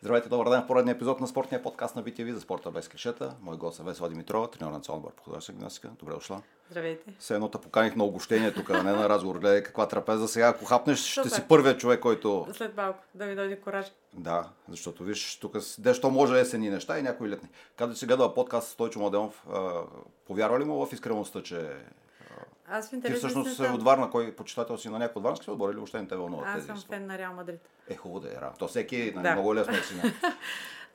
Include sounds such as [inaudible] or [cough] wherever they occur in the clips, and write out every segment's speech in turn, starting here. Здравейте, добър ден в поредния епизод на спортния подкаст на BTV за спорта без клишета. Мой гост е Весела Димитрова, треньор на национален отбор по художествена гимнастика. Добре дошла. Здравейте. Все едно те поканих на огощение тук, а не на разговор. Гледай каква трапеза. Сега, ако хапнеш, ще Супер. си първият човек, който... След малко да ми дойде кораж. Да, защото виж, тук с- дещо може есени неща и някои летни. Като си гледала подкаст с Стойчо Младенов, а, повярва ли му в искреността, че Аз в ти интерес на всъщност истината, си от Варна, кой почитател си на някой от Варнски отбор или въобще не те вълнува Аз тези? съм истории? фен на Реал Мадрид. Е, хубаво да е рано. То всеки, нали, Да. много е лесно да си на-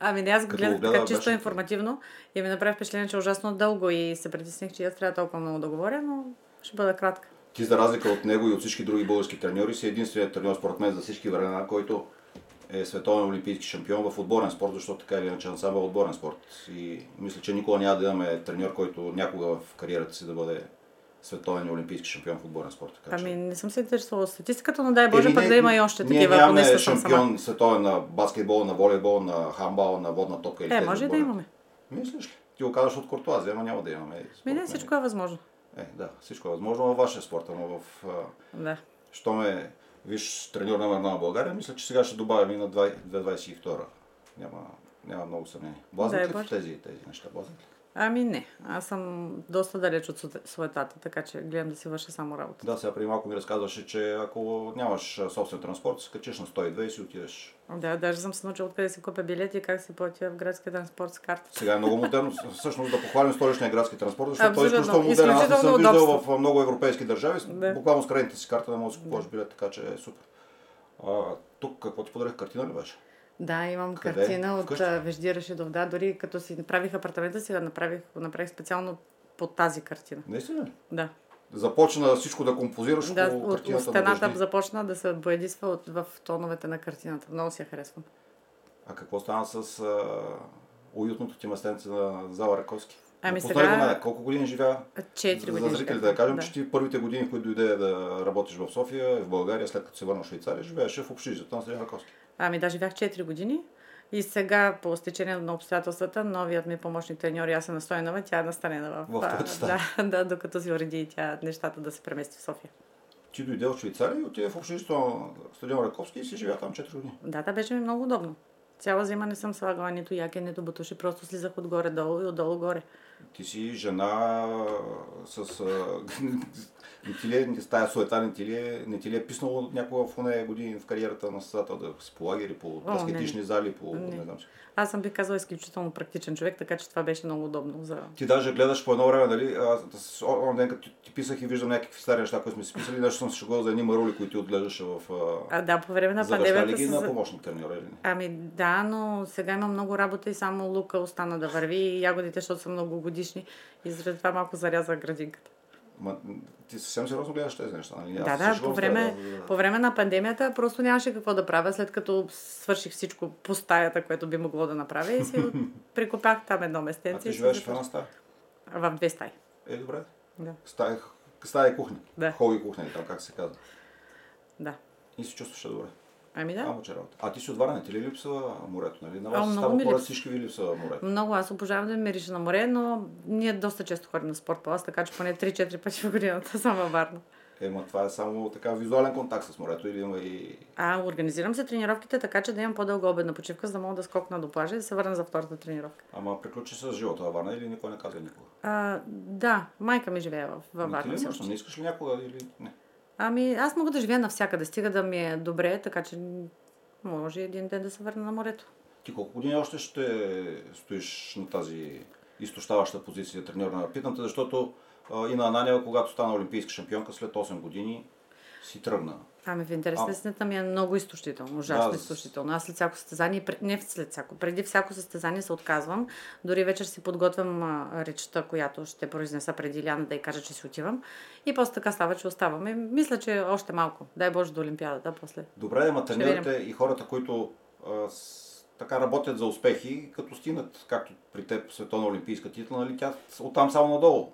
Ами не, аз го Като гледах го гледа, така чисто беше- информативно и ми направи впечатление, че е ужасно дълго и се притесних, че аз трябва толкова много да говоря, но ще бъда кратка. Ти за разлика от него и от всички други български треньори си единственият треньор според мен за всички времена, който е световен олимпийски шампион в отборен спорт, защото така или иначе ансамбъл е отборен спорт. И мисля, че никога няма да имаме треньор, който някога в кариерата си да бъде световен и олимпийски шампион в отборен спорт. Така, че- Ами не съм се интересувала от статистиката, но дай Боже Еми, пък не, да има и още ние такива, ако не нямаме съм сама. шампион световен на баскетбол, на волейбол, на хамбал, на водна топка или Е, тези може и да отбори. имаме. Мислиш ли? Ти го казваш от Куртуазия, ама няма да имаме. Ми според не, мен. всичко е възможно. Е, да, всичко е възможно във вашия спорт, ама в а, Да. Що ме виж треньор номер една на България, мисля, че сега ще добавим и на 20- 2022. Няма, няма много съмнение. Блазнат Дай ли ти Боже. тези, тези неща? Блазнат ли? Ами не, аз съм доста далеч от сует- суетата, така че гледам да си върша само работа. Да, сега преди малко ми разказваше, че ако нямаш а, собствен транспорт, се качиш на 102 и си отидеш. Да, даже съм се научила откъде си купя билети и как си платя в градския транспорт с карта. Сега е много модерно, с- всъщност да похвалим столичния градски транспорт, защото той е Абсолютно. изключително модерен. Аз не съм Изключително виждал в удобство. а, много европейски държави, с- Да. буквално с кредитната си карта да можеш да си купуваш билет, така че е супер. А, тук какво ти подарих? Картина ли беше? Да, имам Къде? картина Вкъщи? от а, Вежди Рашидов. Да, дори като си направих апартамента си, го направих, го направих специално под тази картина. Наистина ли? Да, Започна всичко да композираш да около от, от картината на стената Вежди. започна да се боядисва от, в тоновете на картината. Много си я харесвам. А какво стана с а, уютното ти местенце на зала Раковски? Ами Напусна ли сега- го мене? Колко години живя? Четири За години. зрителите живеех. да кажем, че ти първите години, в които дойде да работиш в София, в България, след като се върна в Швейцария, живееше в общежитието на Селин Раковски. Ами да, живях 4 години. И сега, по стечение на обстоятелствата, новият ми помощник треньор Ясена Стойнова, тя е настанена в... В а, твоята стая. да, [laughs] да, докато си уреди и тя нещата да се премести в София. Ти дойде от Швейцария и отиде в общежитието на стадион Раковски и си живя там 4 години. Да, да беше ми много удобно. Цяла зима не съм слагала нито яке, нито бутуши, просто слизах отгоре-долу и отдолу-горе. Ти си жена а, с... А, [laughs] не ти ли, е- с тая суета не ти ли, е- не ти ли е писнало някога в оне години в кариерата на състата да си по лагери, по не, не. аскетични зали, по Не. не знам си. Аз съм би казала изключително практичен човек, така че това беше много удобно за... Ти даже гледаш по едно време, нали, аз с- о- онзи ден като ти, ти писах и виждам някакви стари неща, които сме си писали, нещо съм се шегувал за едни марули, които ти отглеждаше в... А... А, да, по време на завещали пандемията... ги се на за- помощник треньор или не? Ами да, но сега имам много работа и само лука остана да върви и ягодите, защото са многогодишни и заради това малко заряза градинката. Ма, ти съвсем сериозно гледаш тези неща, нали? Да, се да, шегувам с по време, теб, да, да. по време на пандемията просто нямаше какво да правя, след като свърших всичко по стаята, което би могло да [laughs] направя и си от- прикопах там едно А местенце. ти и си живееш в затворих. една стая? в две стаи. Е, добре. Да. Стая, стая и кухня. Да. Хол и кухня, или там как се казва. Да. И се чувстваше добре. Ами да. Ама че работа. А ти си от Варна, ти ли липсва морето, нали? На А, вас много става ми хора, липсва. всички ви липсва морето. Много аз обожавам да мириша на море, но ние доста често ходим на спорт палас, така че поне 3-4 пъти в годината [laughs] съм във Варна. Ема това е само така визуален контакт с морето или има и... А организирам се тренировките така, че да имам по-дълга обедна почивка, за да мога да скокна до плажа и да се върна за втората тренировка. Ама приключи с живота във Варна или никой не казва никога? А, да, майка ми живее в, във Не, ти ли Варна. имаш, всъщност. не искаш ли някога или не? Ами аз мога да живея навсякъде, стига да ми е добре, така че може един ден да се върна на морето. Ти колко години още ще стоиш на тази изтощаваща позиция треньор на Питам те, защото а, и на Ананиева, когато стана олимпийска шампионка, след 8 години си тръгна. Ами в интерес А. на истината ми е много изтощително, ужасно Да, с- изтощително. Аз след всяко състезание, пр- не след всяко, преди всяко състезание се отказвам. Дори вечер си подготвям а, речта, която ще произнеса преди Иляна да й кажа, че си отивам. И после така става, че оставам. И мисля, че още малко. Дай Боже до Олимпиадата после. Добре, ама Ще треньорите и хората, които а, с, така работят за успехи, като стигнат, както при теб световна олимпийска титла, нали, тя с- оттам само надолу.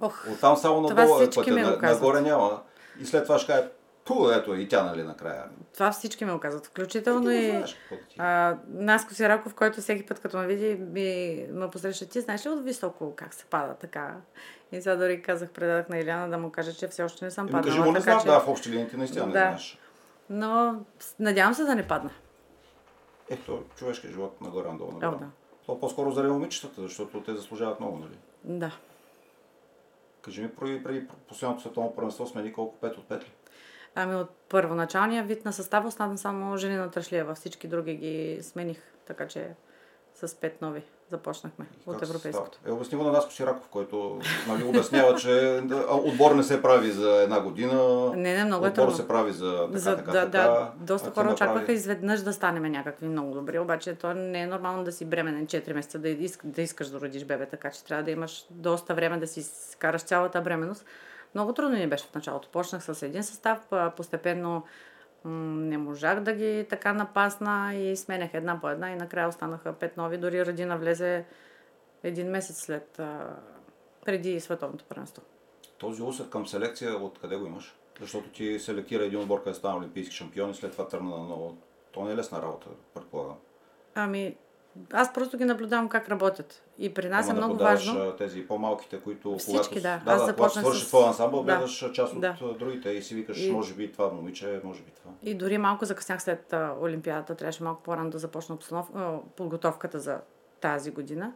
Ох, Оттам само Това надолу е всички пътя, ми го на, казват. нагоре няма. И след това ще каже, пу, ето и тя, нали, накрая. това всички ме оказват, Ти включително не и... знаеш какво ти е. А, Наско Сираков, който всеки път като ме види, ми, ме посреща ти, знаеш ли от високо как се пада така? И сега дори казах, предадах на Иляна да му кажа, че все още не съм Еми, паднала. кажи му, не така знаеш, че... да, в общи линии ти наистина не Да. знаеш. Но с- надявам се да не падна. Ето, човешкият живот нагоре-надолу. О, Нагоре. да. нали? То по-скоро заради момичетата, защото те заслужават много, нали? Да. Кажи ми, преди, преди последното световно първенство смени колко 5 от 5 ли? Ами от първоначалния вид на състава остана само Женина Трашлиева. Всички други ги смених, така че с пет нови започнахме И как от се европейското. става? Е, обясни го на Наско Сираков, който нали, обяснява, че да, а, отбор не се прави за една година. Не, не, много е отбор трудно. се прави за така, За, така, да, така. да, а доста ти хора направи- очакваха изведнъж да станем някакви много добри, обаче то не е нормално да си бременен 4 месеца, да, иск, да искаш да родиш бебе, така че трябва да имаш доста време да си скараш цялата бременност. Много трудно ни беше в началото. Почнах с един състав, а постепенно м, не можах да ги така напасна и сменях една по една и накрая останаха пет нови, дори Радина влезе един месец след а, преди световното първенство. Този усет към селекция, откъде го имаш? Защото ти селектира един отбор, къде стана олимпийски шампион и след това тръгна на ново. То не е лесна работа, предполагам. Ами, аз просто ги наблюдавам как работят. И при нас Ама е много наблюдаваш, важно. а, Тези по-малките, които Всички, да. да, Аз да когато започнах свърши с- твой ансамбъл, да. гледаш а, част от Да. а, другите и си викаш, И- може би това момиче, може би това. И дори малко закъснях след а, Олимпиадата. Трябваше малко по-рано да започна обстанов... а, подготовката за тази година.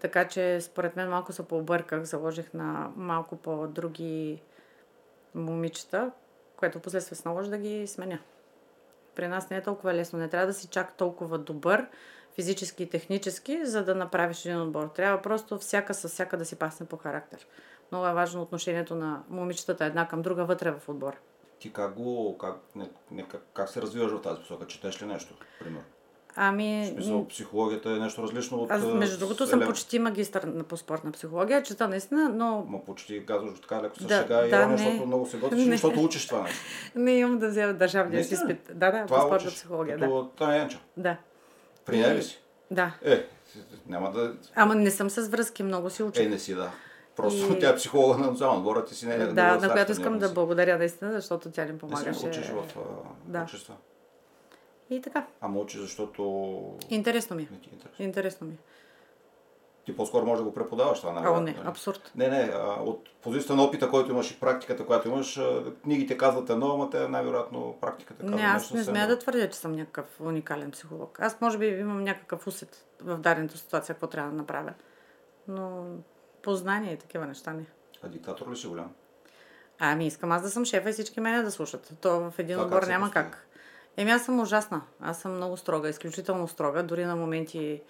Така че, според мен, малко се пообърках. Заложих на малко по-други момичета, което последствие се наложи да ги сменя. При нас не е толкова лесно. Не трябва да си чак толкова добър физически и технически, за да направиш един отбор. Трябва просто всяка с всяка да си пасне по характер. Много е важно отношението на момичетата една към друга вътре в отбора. Ти как го, как, не, не, как, как се развиваш в тази посока? Четеш ли нещо, примерно? В Ами, смисъл, психологията е нещо различно от... Аз, а, между другото, съм елем- почти магистър на, по спортна психология. Чета наистина, но Ма почти казваш го така леко с Да, шега и да, ирония, не. защото много се готвиш, Не. защото учиш това нещо. не имам да взема държавния си Наистина? изпит. Да, да, по Това спортна учиш. психология, да. Като Таня Енчо. Да, При нея И- ли си? да. Е, няма да... Ама не съм с връзки, много си уча. Е, не си, да. Просто И- тя е психолога на националния отбор, а ти си не е да, на която искам да благодаря наистина, защото тя ни Не си помагаше. ме учиш в Да. да. учества. И така. Ама учиш, защото Интересно ми. е. не ти е интересно. Интересно ми. е. Ти по-скоро можеш да го преподаваш това, А, о, най-вероятно. не, нали? абсурд. Не, не, а, от позицията на опита, който имаш и практиката, която имаш, а, книгите казват едно, ама те най-вероятно практиката казва Не, аз нещо не съвсем смея да друго. твърдя, че съм някакъв уникален психолог. Аз може би имам някакъв усет в дадената ситуация, какво трябва да направя. Но познание и такива неща не. А диктатор ли си голям? Ами, искам аз да съм шефа и всички мене да слушат. То в един Това как отбор се няма постига? как. Еми, аз съм ужасна. Аз съм много строга, изключително строга. Дори на моменти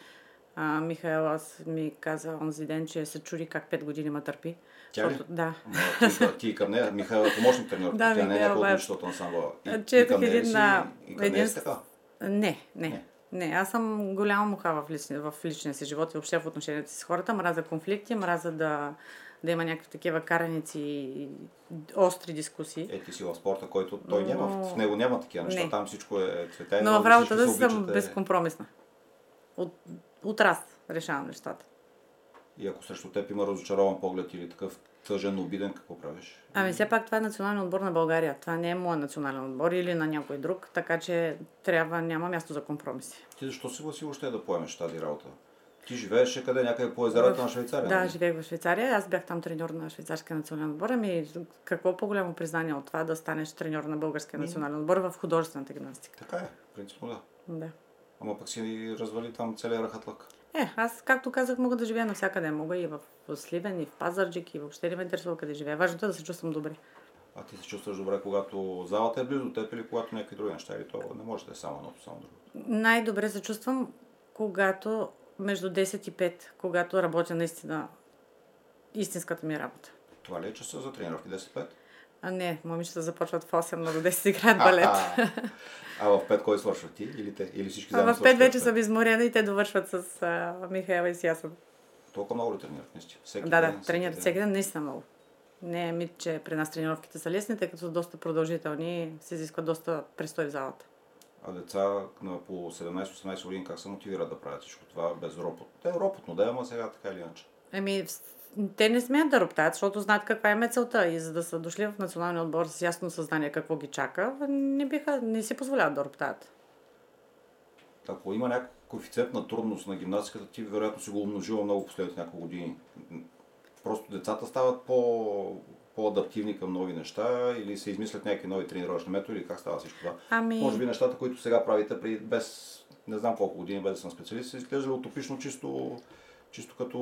а, Михаил аз ми каза онзи ден, че се чуди как 5 години ма търпи. Тя ли? Защото- Да. Ама ти- Ти и към нея, Михайло, помощник тренер, [laughs] Да, тя не е Михаела някой от Баев. нещото ансамбъла. И- А, е. и четох към нея ли един, си, а, и към нея един си така. Не, не. Не. Не, аз съм голяма муха в, лични, в личния си живот и въобще в отношенията си с хората. Мраза конфликти, мраза да, да има някакви такива караници и остри дискусии. Е, ти си в спорта, който той няма, Но- в него няма такива неща. Не. Там всичко е цвета и Но в роза, работата всички се съм обичат, е. безкомпромисна. От, от раз решавам нещата. И ако срещу теб има разочарован поглед или такъв тъжен, обиден, какво правиш? Ами все пак това е национален отбор на България. Това не е моят национален отбор или на някой друг, така че трябва, няма място за компромиси. Ти защо си гласи въобще да поемеш тази работа? Ти живееше къде? Някъде по езерата В- на Швейцария? Да, нали? живеех в Швейцария. Аз бях там треньор на швейцарския национален отбор. Ами какво по-голямо признание от това да станеш треньор на българския национален отбор в художествената гимнастика? Така е, принципно да. Да. Ама пък си развали там целият рахатлък. Е, аз, както казах, мога да живея навсякъде. Мога и в Сливен, и в Пазарджик, и въобще не ме интересува къде живея. Важното е да се чувствам добре. А ти се чувстваш добре, когато залата е близо до теб или когато някакви други неща, или то не може да е само едното, само другото. Най-добре се чувствам, когато между 10 и 5, когато работя наистина истинската ми работа. Това ли е часа за тренировки 10-5? А не, момичета започват в 8, но до 10 играят балет. А, а. а в 5 кой свършва ти или те? Или всички А в свършват 5 вече пет? съм изморена и те довършват с а, Михаела и с Ясен. Толкова много ли тренират, наистина? Всеки Да, ден, да, всеки тренират ден. всеки ден наистина много. Не е мит, че при нас тренировките са лесни, тъй като са доста продължителни и се изисква доста престой в залата. А деца на по 17-18 години как се мотивират да правят всичко това без ропот? Те е ропотно, да, ама сега така или иначе. Еми, Ами, в- те не смеят да роптаят, защото знаят каква им е целта. И за да са дошли в националния отбор с ясно съзнание какво ги чака, не, биха, не си позволяват да роптаят. Ако има някакъв коефициент на трудност на гимнастиката, ти вероятно си го умножила много последните няколко години. Просто децата стават по, по-адаптивни към нови неща или се измислят някакви нови тренировъчни методи или как става всичко това. Ами, Може би нещата, които сега правите при, без не знам колко години без да съм специалист, се изглежда утопично чисто, чисто като,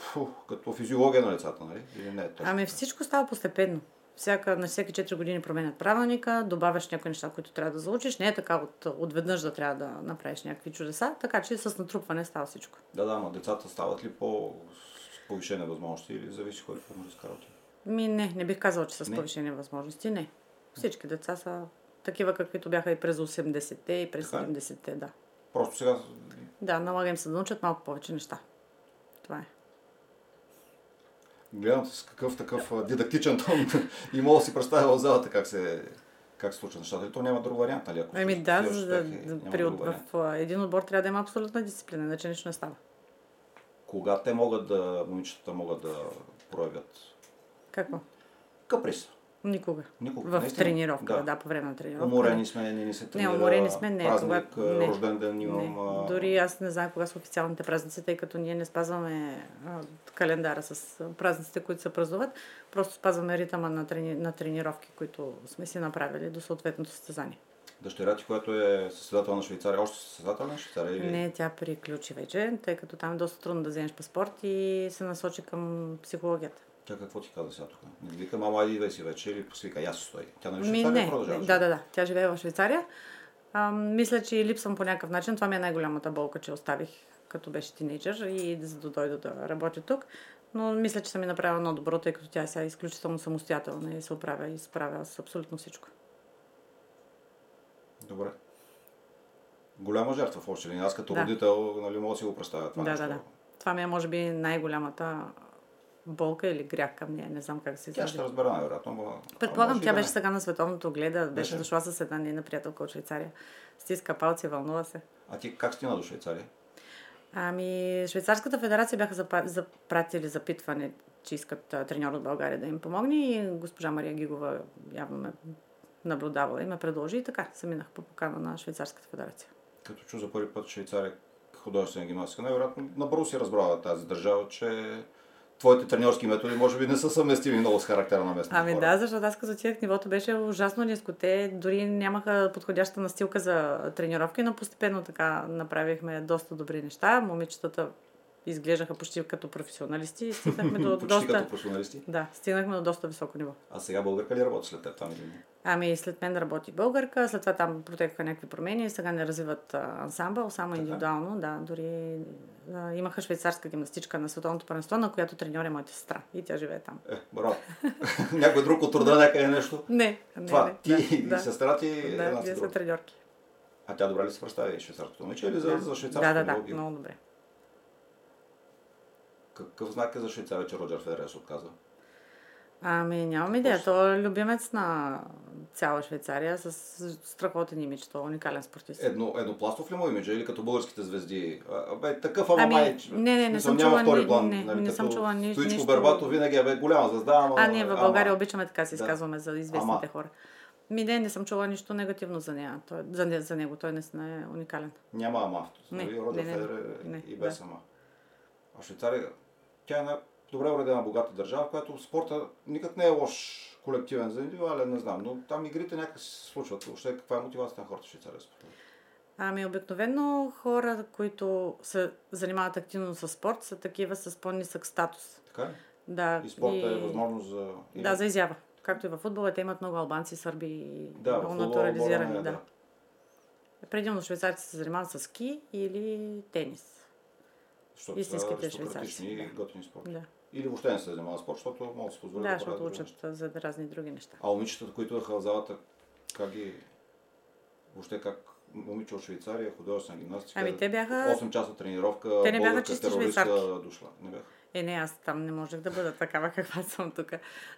фу, като физиология на децата, нали? Или не е точно? Ами всичко става постепенно. Всяка, на всеки 4 години променят правилника, добавяш някои неща, които трябва да заучиш. Не е така от, отведнъж да трябва да направиш някакви чудеса, така че с натрупване става всичко. Да, да, но децата стават ли по с повишени възможности или зависи кой какво му изкарал ти? Ми не, не бих казала, че с Не. повишени възможности, не. Всички деца са такива, каквито бяха и през 80-те, и през Така е. ли? 70-те, да. Просто сега Да, налага им се да научат малко повече неща. Това е. гледам с какъв такъв а, дидактичен тон [laughs] и мога да си представя в залата как се, как се случват нещата. И то няма друг вариант, нали? Ако Ами слушаш да, тия за да, успехи, е, няма да при, друг от- вариант. в а, един отбор трябва да има абсолютна дисциплина, иначе нищо не става. Кога те могат да, момичетата могат да проявят Какво? каприз? Никога. Никога. В наистина. тренировка, да. Да. да, по време на тренировка. Уморени сме, не ни се Не, тренира. уморени сме, не. Празник, е, кога... не, рожден ден имам. не. а, Дори аз не знам кога са официалните празници, тъй като ние не спазваме а, календара с а, празниците, които се празнуват. Просто спазваме ритъма на, трени... на тренировки, които сме си направили до съответното състезание. Дъщеря ти, която е съседател на Швейцария, още съседател на Швейцария? Или... Не, тя приключи вече, тъй като там е доста трудно да вземеш паспорт и се насочи към психологията. Тя какво ти каза сега тук? Не ти вика, мама, айди, иде си вече или посвика, я си стой. Тя нали в Ми, Швейцария не, продължава? да, да, да. Тя живее в Швейцария. А, мисля, че и липсвам по някакъв начин. Това ми е най-голямата болка, че оставих като беше тинейджър и за да дойда да работя тук. Но мисля, че съм ми направила едно добро, тъй като тя сега е изключително самостоятелна и се оправя и справя с абсолютно всичко. Добре. Голяма жертва в общи линии. Аз като Да. родител, нали, мога да си го представя това да, нещо. да, да. Това ми е, може би, най-голямата болка или грях към нея. Не знам как се Тя изразя. ще разбере, най-вероятно. ама- а Предполагам, може и тя да не. беше сега на световното гледа, беше Беше. дошла с една нейна приятелка от Швейцария. Стиска палци, вълнува се. А ти как стигна до Швейцария? Ами, Швейцарската федерация бяха запа- запратили запитване, че искат а, треньор от България да им помогне и госпожа Мария Гигова явно ме наблюдавала и ме предложи и така се минах по покана на Швейцарската федерация. Като чу за първи път Швейцария художествена гимнастика, най-вероятно набързо си разбрала тази държава, че твоите треньорски методи може би не са съвместими много с характера на местните Ами хора. да, защото аз като отидах нивото беше ужасно ниско. Те дори нямаха подходяща настилка за тренировки, но постепенно така направихме доста добри неща. Момичетата изглеждаха почти като професионалисти и стигнахме [laughs] до Почти доста... като професионалисти. Да, стигнахме до доста високо ниво. А сега българка ли работи след теб там? или не? Ами след мен работи българка, след това там протекоха някакви промени и сега не развиват а, ансамбъл, само Така. индивидуално, да, дори а, имаха швейцарска гимнастичка на световното първенство, на която треньор е моята сестра и тя живее там. Е, браво. [laughs] Някой друг от рода някъде е нещо. Не, не, Това, не, ти и да, сестра ти една да, да, след вие сте друга. треньорки. А тя добре ли се представи швейцарското момиче или за, да. за да, швейцарското да, да, лоби? много добре. Какъв знак е за Швейцария, че Роджер Федерер се отказва? Ами нямам идея, той е любимец на цяла Швейцария с страхотен имидж, той е уникален спортист. Едно, еднопластов ли му имидж или като българските звезди? А, Абе, такъв ама Ами, май, че- не, не, не в смисъл, съм няма чула втори ни- план, не, нали, не съм като чула ни- Стоичко нищо. Бербатов винаги е бе, голяма звезда, ама... А, ние в ама- България обичаме така да се Да. изказваме за известните Ама. хора. Ми не, не съм чула нищо негативно за нея. Той, за, не, за него той наистина е уникален. Няма ама. Не, Нали? Роджер не, не, не. Федерер е Не, и без ама. А Швейцария, тя е една добре уредена, богата държава, в която спорта никак не е лош колективен за индивидуален, не знам, но там игрите някак се случват. Въобще, каква е мотивацията на хората в Швейцария? според теб? Ами обикновено хора, които се занимават активно с спорт, са такива с по-нисък статус. Така ли? Да, И спорта е възможност за... или- Да, за изява. Както и във футбола, те имат много албанци, сърби и да, много в футбола, натурализирани. отбора не е, да. Предимно швейцарците се занимават с ски или тенис. Защото Истинските са аристократични швейцарци, и да. готини спорти. Да, Или въобще не се занимават с спорт, защото могат да си позволят да да правят защото други неща. учат а, за разни други неща. А момичетата, които идваха в залата, как ги... Въобще как момиче от Швейцария, художествена гимнастика, Ами те бяха 8 часа тренировка, Те не бяха българска чисти терористка швейцарки. дошла. Не бяха. Е, не, аз там не можех да бъда такава, [laughs] каква съм тук.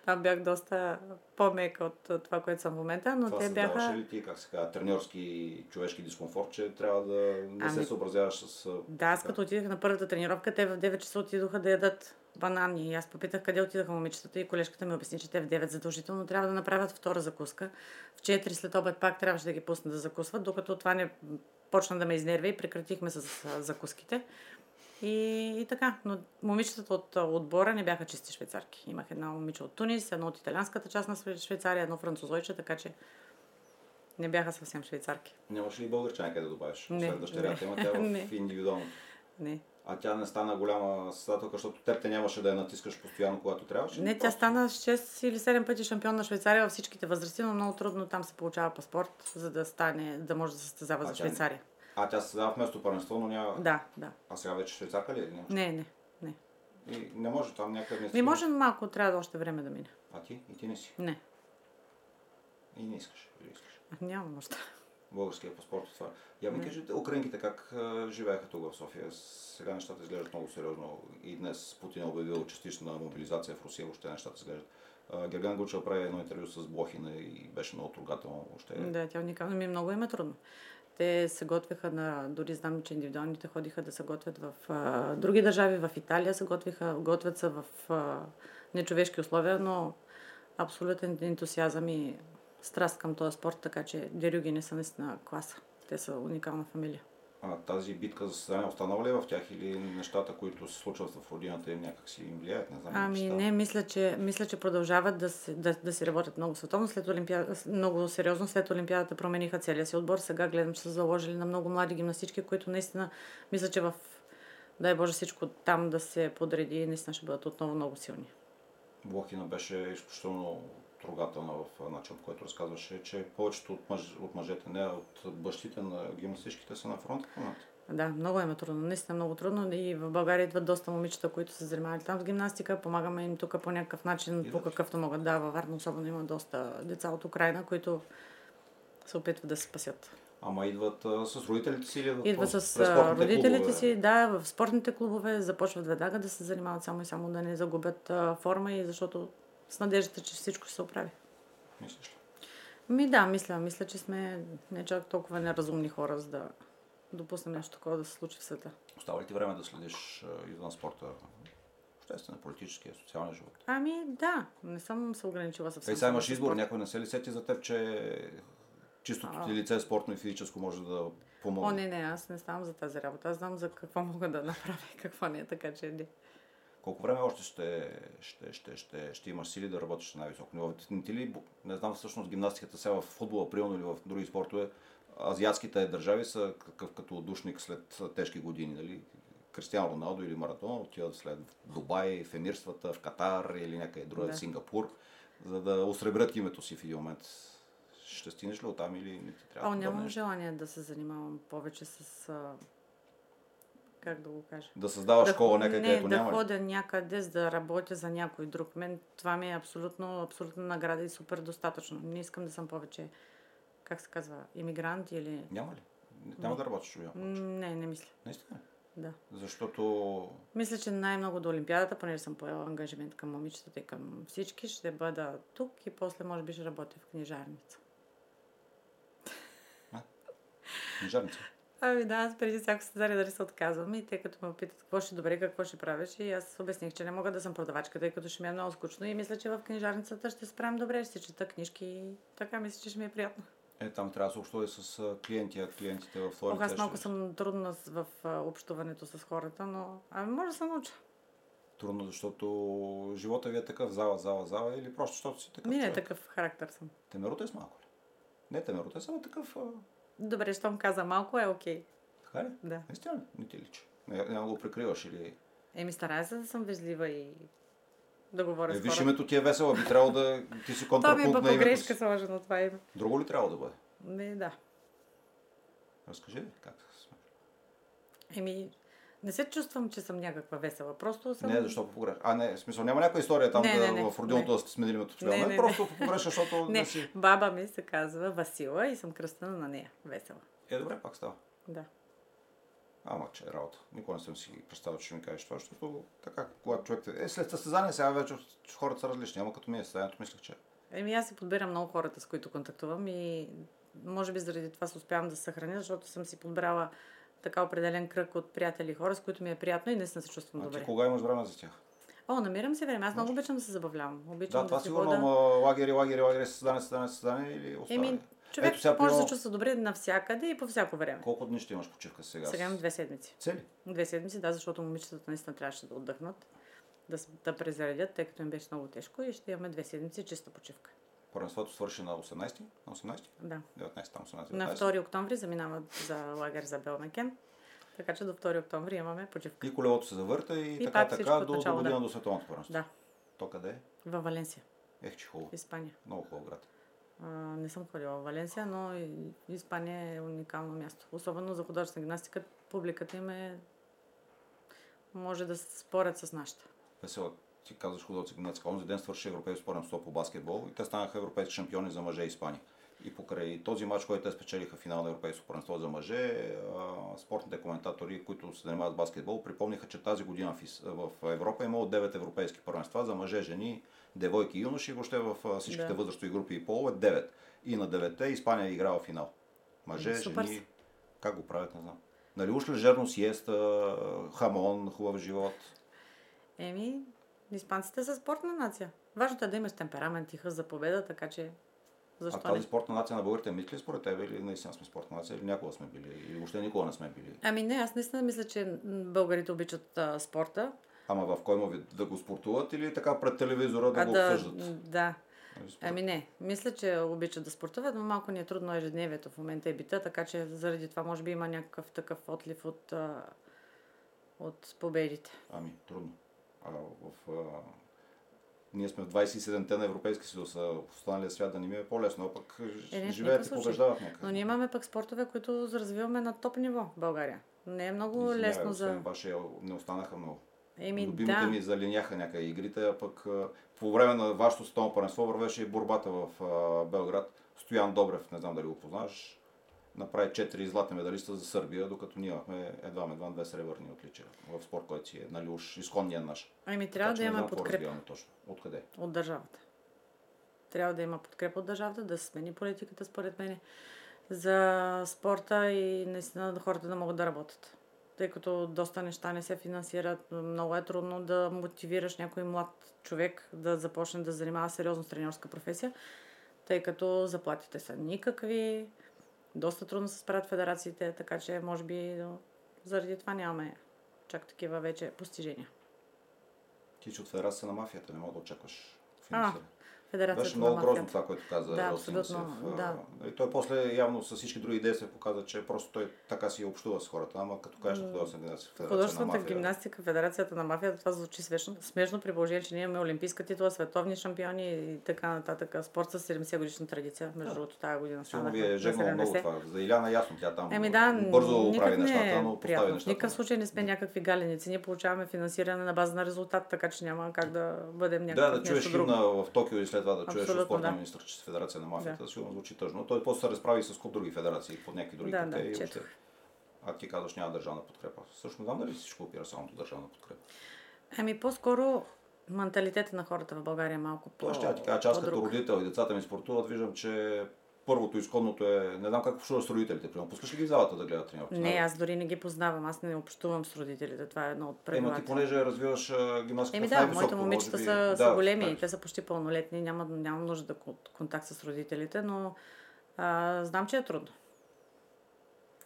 Там бях доста по-мека от а, това, което съм в момента, но Това те създаваше бяха... ли ти, как се казва, треньорски и човешки дискомфорт, че трябва да не се Ами- съобразяваш с... а, Да, аз така? като отидах на първата тренировка, те в 9 часа отидоха да ядат банани. И аз попитах къде отидаха момичетата и колежката ми обясни, че те в 9 задължително трябва да направят втора закуска. В 4 след обед пак трябваше да ги пуснат да закусват, докато това не почна да ме изнервя и прекратихме с а, закуските. И, и така, но момичетата от а, отбора не бяха чисти швейцарки. Имах една момиче от Тунис, едно от италианската част на Шве- Швейцария, едно французойче, така че Не бяха съвсем швейцарки. Нямаше ли българчанка да добавиш? Не, Освен дъщеря, не. тема, тя е [laughs] Не. в индивидуално. Не. А тя не стана голяма състателка, защото теб те нямаше да я натискаш постоянно, когато трябваше. Не, тя стана 6 или 7 пъти шампион на Швейцария във всичките възрасти, но много трудно там се получава паспорт, за да стане, да може да се състезава А за тя не- Швейцария. А тя се създава вместо първенство, но няма. Да, да. А сега вече швейцарка ли е? или Не, Не, не, не. и не може там някъде. не си- Ми може но малко, трябва да още време да мине. А ти? И ти не си. Не, И не искаш. Или искаш. няма нужда. Българския паспорт и това. Я ми кажете, украинките как а, живееха тук в София? Сега нещата изглеждат много сериозно. И днес Путин е обявил частична мобилизация в Русия, въобще нещата изглеждат. А, Герган Гучев прави едно интервю с Блохина и беше много трогателно. Въобще. Да, тя уникална. Ми много им е трудно. Те се готвиха на, дори знам, че индивидуалните ходиха да се готвят в а, други държави, в Италия се готвиха, готвят се в а, нечовешки условия, но абсолютен ентусиазъм и страст към този спорт, така че дерюги не са наистина класа. Те са уникална фамилия. А тази битка за състезание останала ли е в тях или нещата, които се случват в родината им някак си им влияят? Не знам. Ами какво не, мисля, че, мисля, че продължават да, се, да, да си работят много световно. След Олимпиада, много сериозно след Олимпиадата промениха целия си отбор. Сега гледам, че са заложили на много млади гимнастички, които наистина мисля, че в дай Боже всичко там да се подреди и наистина ще бъдат отново много силни. Блохина беше изключително трогателна в начинът, по който разказваше, че повечето от, мъж, от мъжете, не а от бащите на гимнастичките са на фронт в момента. Да, много им е трудно, наистина много трудно и в България идват доста момичета, които се занимават там с гимнастика, помагаме им тук по някакъв начин, Идват по ли? какъвто могат. Да, във Варна особено има доста деца от Украина, които се опитват да се спасят. Ама идват а, с родителите си или Идва просто с през а, спортните родителите клубове? си, да, в спортните клубове започват веднага да се занимават само и само да не загубят а, форма и защото с надеждата, че всичко ще се оправи. Мислиш ли? Ми да, мисля, мисля, че сме не чак толкова неразумни хора, за да допуснем нещо такова да се случи в света. Остава ли ти време да следиш а, извън спорта? Обществена, политическия, социалния живот. Ами да, не съм се ограничила съвсем. Ей, сега само имаш до избор, спорт. някой не се ли сети за теб, че чистото ти лице, е спортно и физическо, може да помогне? О, не, не, аз не ставам за тази работа. Аз знам за какво [laughs] мога да направя и какво не, така че не. Колко време още ще, ще, ще, ще, ще имаш сили да работиш на най-високо ниво? Не Ти ли, не знам всъщност гимнастиката сега в футбола, примерно или в други спортове, азиатските държави са какъв като отдушник след тежки години, нали? Кристиано Роналдо или Маратон отиват след в Дубай, в Емирствата, в Катар или някъде друга, Да. в Сингапур, за да осребрят името си в един момент. Ще стигнеш ли оттам или не ти трябва О, подобно нямам нещо? желание да се занимавам повече с... а, Как да го кажа? Да създаваш школа хо- някъде, не, където да няма ли? ходя някъде, за да работя за някой друг. Мен това ми е абсолютно, абсолютно награда и супер достатъчно. Не искам да съм повече, как се казва, иммигрант или... Няма ли? Няма да работиш чужия. М, Не, не мисля. Наистина. ли? Да. Защото Мисля, че най-много до Олимпиадата, понеже съм поела ангажимент към момичетата и към всички, ще бъда тук и после може би ще работя в книжарница. книжарница. Ами да, аз преди всяко състезание дали се отказвам и те като ме питат какво ще е добре, какво ще правиш и аз обясних, че не мога да съм продавачка, тъй като ще ми е много скучно и мисля, че в книжарницата ще справим добре, ще си чета книжки и така мисля, че ще ми е приятно. Е, там трябва да се общува и с а, клиенти, а клиентите в твоя Ох, аз малко съм трудна с- в а, общуването с хората, но ами може да се науча. е Трудно, защото живота ви е такъв, зала, зала, зала, или просто защото си такъв Ми не човек. такъв характер съм. Темерута е с малко ли? Не, темерута е само такъв. А... Добре, щом каза малко е окей. Така ли? Да. Наистина ли? Не ти личи. Не, няма го прикриваш или... Еми старая се да съм вежлива и да говоря Е, с виж хората. името ти е весело, би трябвало да ти си То ми е контрапункт по на името погрешка си. сложено това име. Друго ли трябва да бъде? Ми да. Разкажи ли как сме? Еми, не се чувствам, че съм някаква весела. Просто съм... Не, защо по погрешка? А, не, в смисъл, няма някаква история там Не, да, не, не, в родилото не. да сте сменили името. Не, Не, не, не. просто по погрешка, защото не. Не, си... баба ми се казва Васила и съм кръстена на нея. Весела. Е, добре, пак става. Да. Ама, че е работа. Никога не съм си представил, че ще ми кажеш това, защото така, когато човек... те- Е, след състезание сега вече хората са различни, ама като ми е състезанието, мислех, че... Еми, аз си подбирам много хората, с които контактувам и може би заради това се успявам да се съхраня, защото съм си подбрала така определен кръг от приятели и хора, с които ми е приятно и не се чувствам А ти добре. Значи, кога имаш време за тях? О, намирам се време. Аз много обичам да се забавлявам. Обичам Значи- Да, това да си сигурно, е хода. ама лагери, лагери, лагери, състезание, състезание, състезание или оставане? Еми, човек Ето сега, може да примерно, се чувства добре навсякъде и по всяко време. Колко дни ще имаш почивка сега? Сега имам две седмици. Цели? Две седмици, да, защото момичетата наистина трябваше да отдъхнат, да, с- да презаредят, тъй като им беше много тежко и ще имаме две седмици чиста почивка. Първенството свърши на 18, на 18, Да. 19, там 18, 19. На 2 октомври заминават за лагер за Белмекен. Така че до 2 октомври имаме почивка. И колелото се завърта и, И така, пак всичко така, до, от до начало, да. година до световното първенство. Да, То къде е? във Валенсия, Ех, че хубаво. Испания. Много хубав град. А, не съм ходила в Валенсия, но и- Испания е уникално място. Особено за художествена гимнастика, публиката им е... може да се спорят с нашата. Весела, ти казваш художник гимнастика. Онзи ден свърши европейско първенство по баскетбол и те станаха европейски шампиони за мъже и Испания. И покрай този матч, който те спечелиха в финал на Европейско първенство за мъже, а, спортните коментатори, които се занимават с баскетбол, припомниха, че тази година в, Ис- в Европа е имало 9 европейски първенства за мъже, жени, девойки и юноши, и въобще в а, всичките Да. възрастови групи и полове 9. И на 9-те Испания е играла финал. Мъже, Супер жени, са. как го правят, не знам. Нали уж лежерно сиеста, хамон, хубав живот. Еми, испанците са спортна нация. Важното е да имаш темперамент и хъс за победа, така че А защо тази не? спортна нация на българите мисли ли според тебе или наистина сме спортна нация или някога сме били или въобще никога не сме били? Ами не, аз наистина мисля, че м, българите обичат а, спорта. Ама в кой му вид да го спортуват или така пред телевизора да а го да, обсъждат? да. Нали, според- Ами не, мисля, че обичат да спортуват, но малко ни е трудно ежедневието в момента е бита, така че заради това може би има някакъв такъв отлив от, а, от победите. Ами, трудно. А, в, а... Ние сме в 27-те на Европейски съюз, а в останалия свят да ни ми е по-лесно, а пък ж- Е, не, в живеят и никакъв случай. побеждават някъде. Но ние имаме пък спортове, които развиваме на топ ниво в България. Не е много Извинявай, лесно освен за... Ваше не останаха много. Еми Любимите Ами да, ми залиняха някъде игрите, а пък а, по време на вашето световно първенство вървеше и борбата в а, Белград. Стоян Добрев, не знам дали го познаваш, направи 4 златни медалиста за Сърбия, докато ние имахме едва едва две сребърни отличия в спорт, който си е, нали, уж изходния наш. еми трябва Така че да не имаме знам какво подкрепа. разбираме точно. Откъде? от държавата. Трябва да има подкрепа от държавата, да се смени политиката, според мен, за спорта и наистина да хората да могат да работят. Тъй като доста неща не се финансират, много е трудно да мотивираш някой млад човек да започне да се занимава сериозно с треньорска професия, тъй като заплатите са никакви, доста трудно се справят федерациите, така че може би но заради това нямаме чак такива вече постижения. Ти че от Федерацията на мафията, не мога да очакваш А, финансиране. федерацията Беше много на грозно мафията. това, което каза Да, Елсин абсолютно, Василев. А, да. нали, Той после явно с всички други действия показа, че просто той така си общува с хората, ама като кажеш на художествената гимнастика, Федерация на Художествената мафия, гимнастика, Федерацията на мафията, това звучи смешно, смешно при положение, че ние имаме олимпийска титла, световни шампиони и така нататък. Спорт с 70 годишна традиция, между Да. другото, тази година. Сигурно ви станаха е на жегнало много 70. това. За Иляна ясно, тя там Еми Ами да, бързо никак прави не е нещата, но постави приятно. В нещата. никакъв случай не сме някакви галеници. Ние получаваме финансиране на база на резултат, така че няма как да бъдем да, някакъв да чуеш нещо друго. химна в Токио и след това да чуеш от Абсолютно, спортния да. министр, че с Федерация на мафията, сигурно звучи тъжно. Той после се разправи с куп други федерации, под някакви други Да, критерии. да, въобще. четох. А ти казваш няма държавна подкрепа. Също не знам дали всичко опира само до държавна подкрепа. Ами по-скоро менталитета на хората в България е малко по Това ще ти кажа, че аз като по-друг. родител и децата ми спортуват, виждам, че първото изходното е, не знам как общуваш с родителите, примерно. Пускаш ли ги в залата да гледат тренировки? Не, аз дори не ги познавам. Аз не общувам с родителите. Това е едно от Ема правилата. ти понеже развиваш а, гимнастиката Еми в да, най-високо, моите е може момичета би- са, да, са големи, и знаеш. те са почти пълнолетни, няма, няма нужда да кон- контакт с родителите, но а, знам, че е трудно.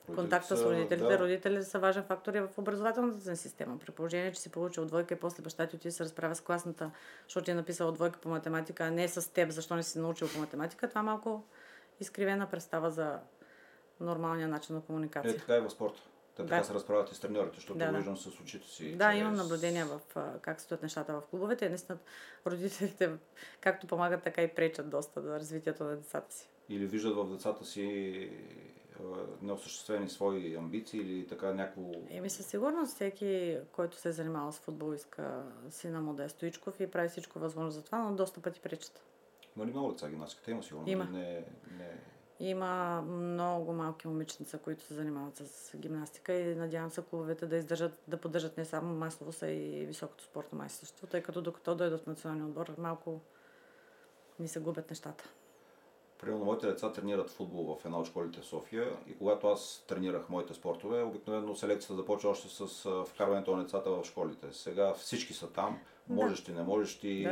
Родителите Контакта с са- родителите, да. родителите са важен фактор и е в образователната ни система. При положение, че си получил двойка и после баща ти отиде да се разправя с класната, защото ти е написала двойка по математика, а не с теб, защо не си се научил по математика, това е малко изкривена представа за нормалния начин на Е, комуникация. така и в спорта. Те Да. така се разправят и с треньорите, защото Да, да, да. виждам с очите си. Да, че имам с- наблюдение в а, как стоят нещата в клубовете. Наистина родителите [laughs] както помагат, така и пречат доста за развитието на децата си. Или виждат в децата си а, неосъществени свои амбиции или така някакво... Еми със сигурност всеки, който се е занимавал с футбол, иска сина му да е стоичков и прави всичко възможно за това, но доста пъти пречат. Има ли много деца гимнастиката? Има сигурно. Има. Не, не... Има много малки момиченца, които се занимават с гимнастика и надявам се клубовете да издържат, да поддържат не само масово, са и високото спортно майсторство, тъй като докато дойдат в националния отбор, малко ни се губят нещата. Примерно моите деца тренират футбол в една от школите в София и когато аз тренирах моите спортове, обикновено селекцията започва още с а, вкарването на децата в школите. Сега всички са там. Можеш ти, не можеш ти,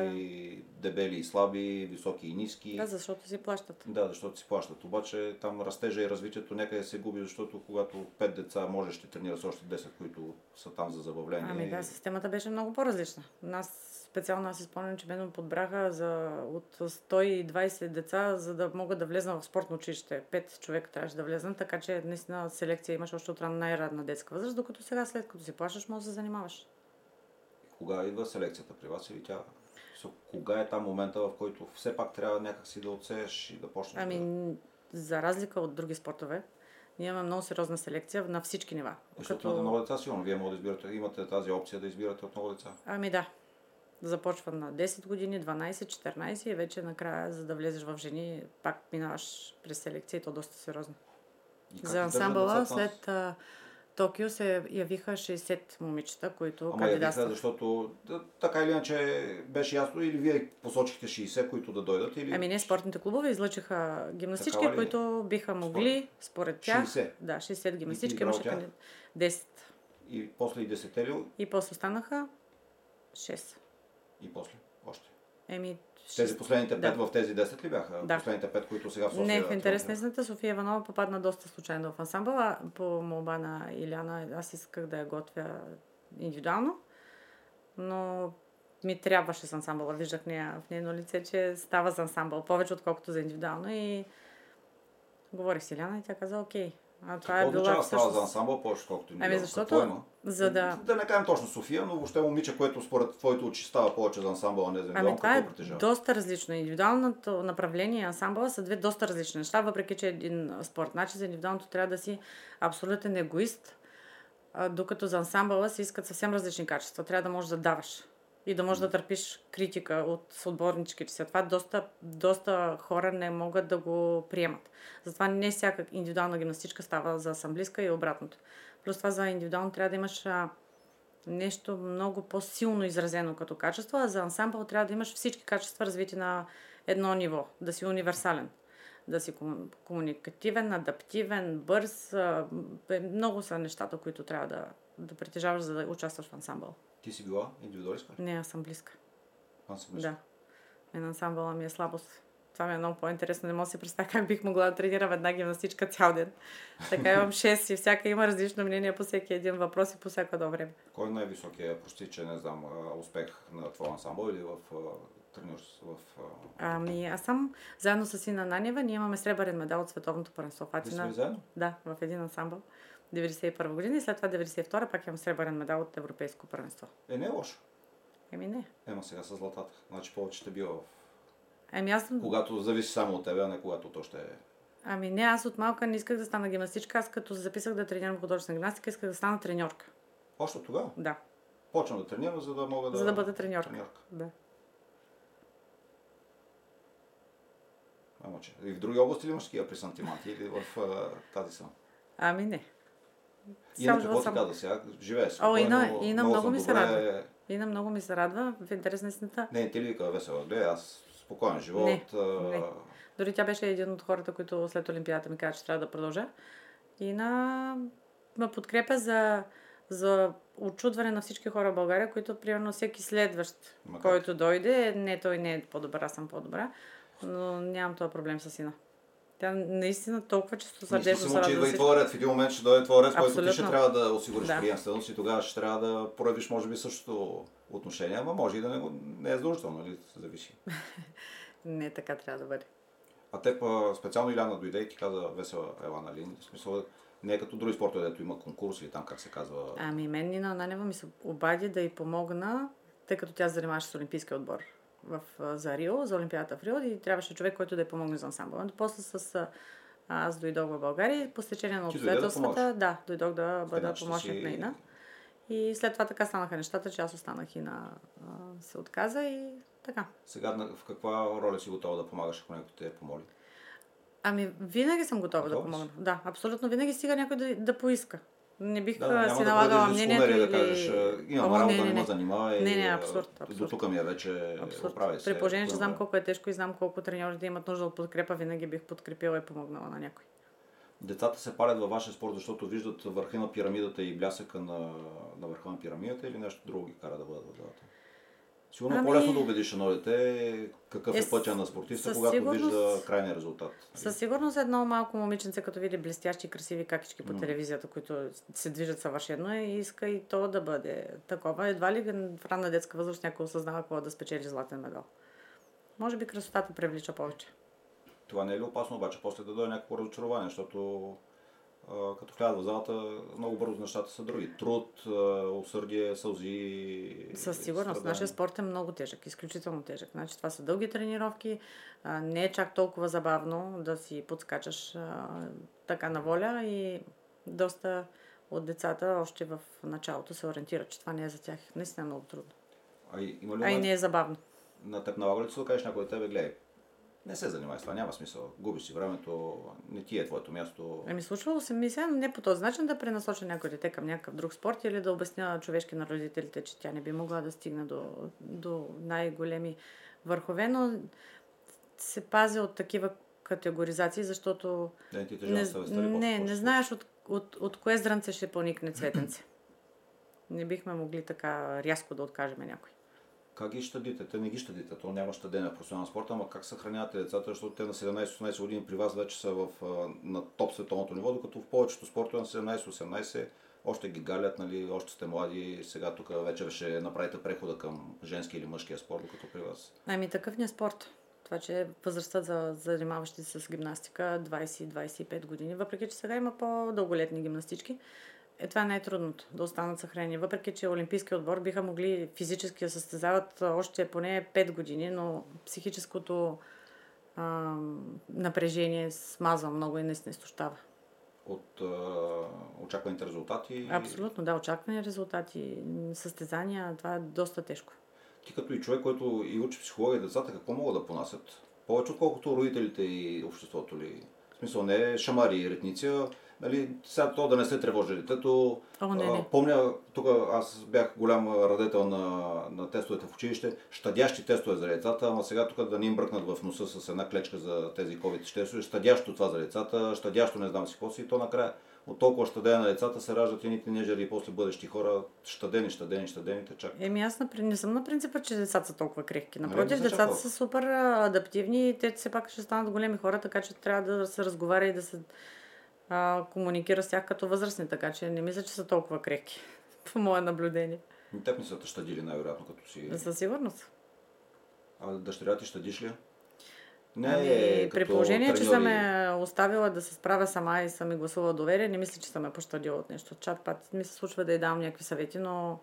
дебели и слаби, високи и ниски. Да, защото си плащат. Да, защото си плащат. Обаче там растежа и развитието някъде се губи, защото когато пет деца можеш ще тренираш още 10, които са там за забавление. Ами да, системата беше много по-различна. Нас специално аз си спомням, че мен ме подбраха за от 120 деца, за да мога да влезна в спортно училище. Пет човека трябваше да влезна, така че наистина селекция имаш още от рана най-радна детска възраст, докато сега след като си плащаш, може да се занимаваш. Кога идва селекцията при вас или тя кога е там момента, в който все пак трябва някакси да отсееш и да почнеш? Ами, да... за разлика от други спортове, ние имаме много сериозна селекция на всички нива. Защото като... на много деца сигурно вие може да избирате, имате тази опция да избирате от много деца. Ами да. Започва на 10 години, 12, 14 и вече накрая, за да влезеш в жени, пак минаваш през селекция и то доста сериозно. За ансамбъла след... А... Токио се явиха 60 момичета, които Ама явиха, защото да, така или иначе беше ясно или вие посочихте 60, които да дойдат? Или... Ами не, спортните клубове излъчиха гимнастички, е? които биха могли според, според тях. 60? Да, 60 гимнастички имаше към 10. И после и 10 ли? И после станаха 6. И после още. Еми, тези последните пет да. в тези 10 ли бяха? Да. Последните пет, които сега в София... е Не, в интерес на истината София Иванова попадна доста случайно в ансамбъла. По молба на Иляна аз исках да я готвя индивидуално, но ми трябваше с ансамбъла. Виждах нея, в нейно лице, че става за ансамбъл повече, отколкото за индивидуално. И говорих с Иляна и тя каза, окей, а това Какво е била всъщност... става за ансамбъл повече, колкото ни Ами било? защото- Какво има? За да... Да не кажем точно София, но въобще момиче, което според твоите очи става повече за ансамбъл, а не за индивидуално, Ами това е какво притежава? доста различно. Индивидуалното направление и ансамбъла са две доста различни неща, въпреки че е един спорт. Значи за индивидуалното трябва да си абсолютен егоист, а, докато за ансамбъла се искат съвсем различни качества. Трябва да можеш да даваш и да можеш да търпиш критика от съотборничките си. Това доста, доста хора не могат да го приемат. Затова не всяка индивидуална гимнастичка става за асамблистка и обратното. Плюс това за индивидуално трябва да имаш а, нещо много по-силно изразено като качество, а за ансамбъл трябва да имаш всички качества развити на едно ниво, да си универсален, да си кому- комуникативен, адаптивен, бърз. а, бе, Много са нещата, които трябва да, да притежаваш, за да участваш в ансамбъл. Ти си била индивидуалистка? Не асамблистка. Ансамблистка. Да. Мен ансамбъла ми е слабост. Това ми е много по-интересно. Не мога да си представя как бих могла да тренирам една гимнастичка цял ден. Така имам 6 и всяка има различно мнение по всеки един въпрос и по всяко едно време. Кой е най-високия, прости, че не знам, а, успех на твоя ансамбъл или в а, треньорс, в... а, Ами, аз съм заедно с Ина Нанева. Ние имаме сребърен медал от световното първенство в Вие сте Атина. били заедно? Да, в един ансамбъл. 91 година и след това 92 пак имам сребърен медал от европейско първенство. Е, не е лошо. Еми не. Ема сега с златата. Значи повече те била в... Ами аз, Когато зависи само от тебе, а не когато то ще е... ами не, аз от малка не исках да стана гимнастичка. Аз като се записах да тренирам художествена гимнастика, исках да стана треньорка. Още от тогава. Да, Почвам да тренирам, за да мога да... за да бъда треньорка. треньорка. Да. Ама че. И в други области ли имаш такива пресантиманти или в а, тази само? Ами не. И на Цял какво живот ти съм каза сега? Живее си. е О, и на- и на много съм ми се добре. радва. Ина много ми се радва. В интерес на истината, Не, ти ли вика весела? Гледай, аз спокоен живот. Не, а, не. Дори тя беше един от хората, които след Олимпиадата ми каза, че трябва да продължа. И на... ме подкрепя за, за очудване на всички хора в България, които, примерно, всеки следващ, Ма как? който дойде, не, той не е по-добра, аз съм по-добра, но нямам този проблем с сина. Тя наистина толкова чисто Мисли сърдечно си се му, че радва. идва на и всичко. твой ред. В един момент ще дойде твой ред, в който ти ще Абсолютно. трябва да осигуриш Да. приемственост и тогава ще трябва да проявиш, може би, същото отношение, ама може и да не, го, не е задължително, нали? Зависи. Не така трябва да бъде. А те па, специално Иляна дойде и ти каза весела ела, нали? В смисъл, не е като други спортове, дето има конкурс или там как се казва. Ами мен Нина Нанева ми се обади да й помогна, тъй като тя се занимаваше с олимпийския отбор в, а, за Рио, за Олимпиадата в Рио и трябваше човек, който да й помогне за ансамбъла. Но после с... а, Аз дойдох в България и по стечение на Ти дойде да обстоятелствата, да, помогнеш? дойдох да бъда Значи помощник си- на Ина. И след това така станаха нещата, че аз останах и на а, се отказа и така. Сега на- в каква роля си готова да помагаш, ако някой те е помоли? Ами, винаги съм готова Готова да ли помогна. Да, абсолютно. Винаги стига някой да, да поиска. Не бих Да, а, да, няма си да налагала бъдеш мнението дискомерия или... да кажеш, а, имам О, работа, не, не, не, ме не. занимава и Не, не, а, абсурд, абсурд. до тук ми е вече Абсурд. оправя се. При положение, че Ако знам има- колко е тежко и знам колко треньорите имат нужда от подкрепа, винаги бих подкрепила и помогнала на някой. Децата се палят във вашия спорт, защото виждат върха на пирамидата и блясъка на, на върха на пирамидата или нещо друго ги кара да бъдат в главата? Сигурно е Ами- по-лесно да убедиш едно дете какъв Е, е с- пътя на спортиста, със когато вижда сигурност- крайния резултат. Със сигурност едно малко момиченце, като види блестящи, красиви какички по М. телевизията, които се движат съвършено, е и иска и то да бъде такова. Едва ли в ранна детска възраст някой осъзнава какво е да спечели златен медал. Може би красотата привлича повече. Това не е ли опасно обаче? После да дойде някакво разочарование, защото а, като влязат в залата, много бързо нещата са други. Труд, а, усърдие, сълзи. Със сигурност. страдания. Нашия спорт е много тежък, изключително тежък. Значи, това са дълги тренировки, а, не е чак толкова забавно да си подскачаш а, така на воля и доста от децата още в началото се ориентират, че това не е за тях. Наистина е много трудно. А и- има ли А и момент- не е забавно. на теб налага ли ти се да кажеш някой да тебе, гледай, не се занимай с това, няма смисъл. Губиш си времето, не ти е твоето място. Ами случвало се ми се, но не по този начин да пренасоча някой дете към някакъв друг спорт или да обясня човешки на родителите, че тя не би могла да стигне до, до най-големи върхове, но се пазя от такива категоризации, защото Да не ти тежи не, на съвестта ли не, после? не знаеш от, от, от кое зранце ще поникне цветенце. Не бихме могли така рязко да откажем някой. Как ги щадите? Те не ги щадите. То няма щадение в професионален спорт, ама как съхранявате децата, защото те на 17-18 години при вас вече са в, а, на топ световното ниво, докато в повечето спортове на 17-18 още ги галят, нали, още сте млади, сега тук вече ще направите прехода към женски или мъжкия спорт, докато при вас. Ами такъв ни е спорт. Това, че възрастта за занимаващи се с гимнастика е 20-25 години, въпреки че сега има по-дълголетни гимнастички, е това е най-трудното да останат съхранени. Въпреки че олимпийския отбор биха могли физически да състезават а, още поне 5 години, но психическото а, напрежение смазва много и наистина изтощава. От а, очакваните резултати. Абсолютно, да, очаквани резултати, м, състезания, това е доста тежко. Ти като и човек, който и учи психология децата, какво могат да понасят? Повече отколкото родителите и обществото ли? В смисъл не е шамари и ретниция, нали, сега то да не се тревожи детето. О, не, А, не. Помня, тук аз бях голям радетел на, на тестовете в училище, щадящи тестове за децата, ама сега тук да не им бръкнат в носа с една клечка за тези COVID тестове, щадящо това за децата, щадящо не знам си какво си и то накрая от толкова щадене на децата се раждат едните нежери и после бъдещи хора, щадени, щадени, щадени, те чак. Еми аз напри- не съм на принципа, че децата са толкова крехки. Нали, Напротив, не са чак децата толкова. са супер а, адаптивни и те все пак ще станат големи хора, така че трябва да се разговаря и да се а, комуникира с тях като възрастни, така че не мисля, че са толкова крехки, [laughs] по мое наблюдение. И Ами Теб не са те щадили най-вероятно, като си... Със сигурност. А дъщеря ти щадиш ли? Не, ами, при като положение, че треньори. съм е оставила да се справя сама и съм и гласувала доверие, не мисля, че съм е пощадила от нещо. Чат пат ми се случва да й давам някакви съвети, но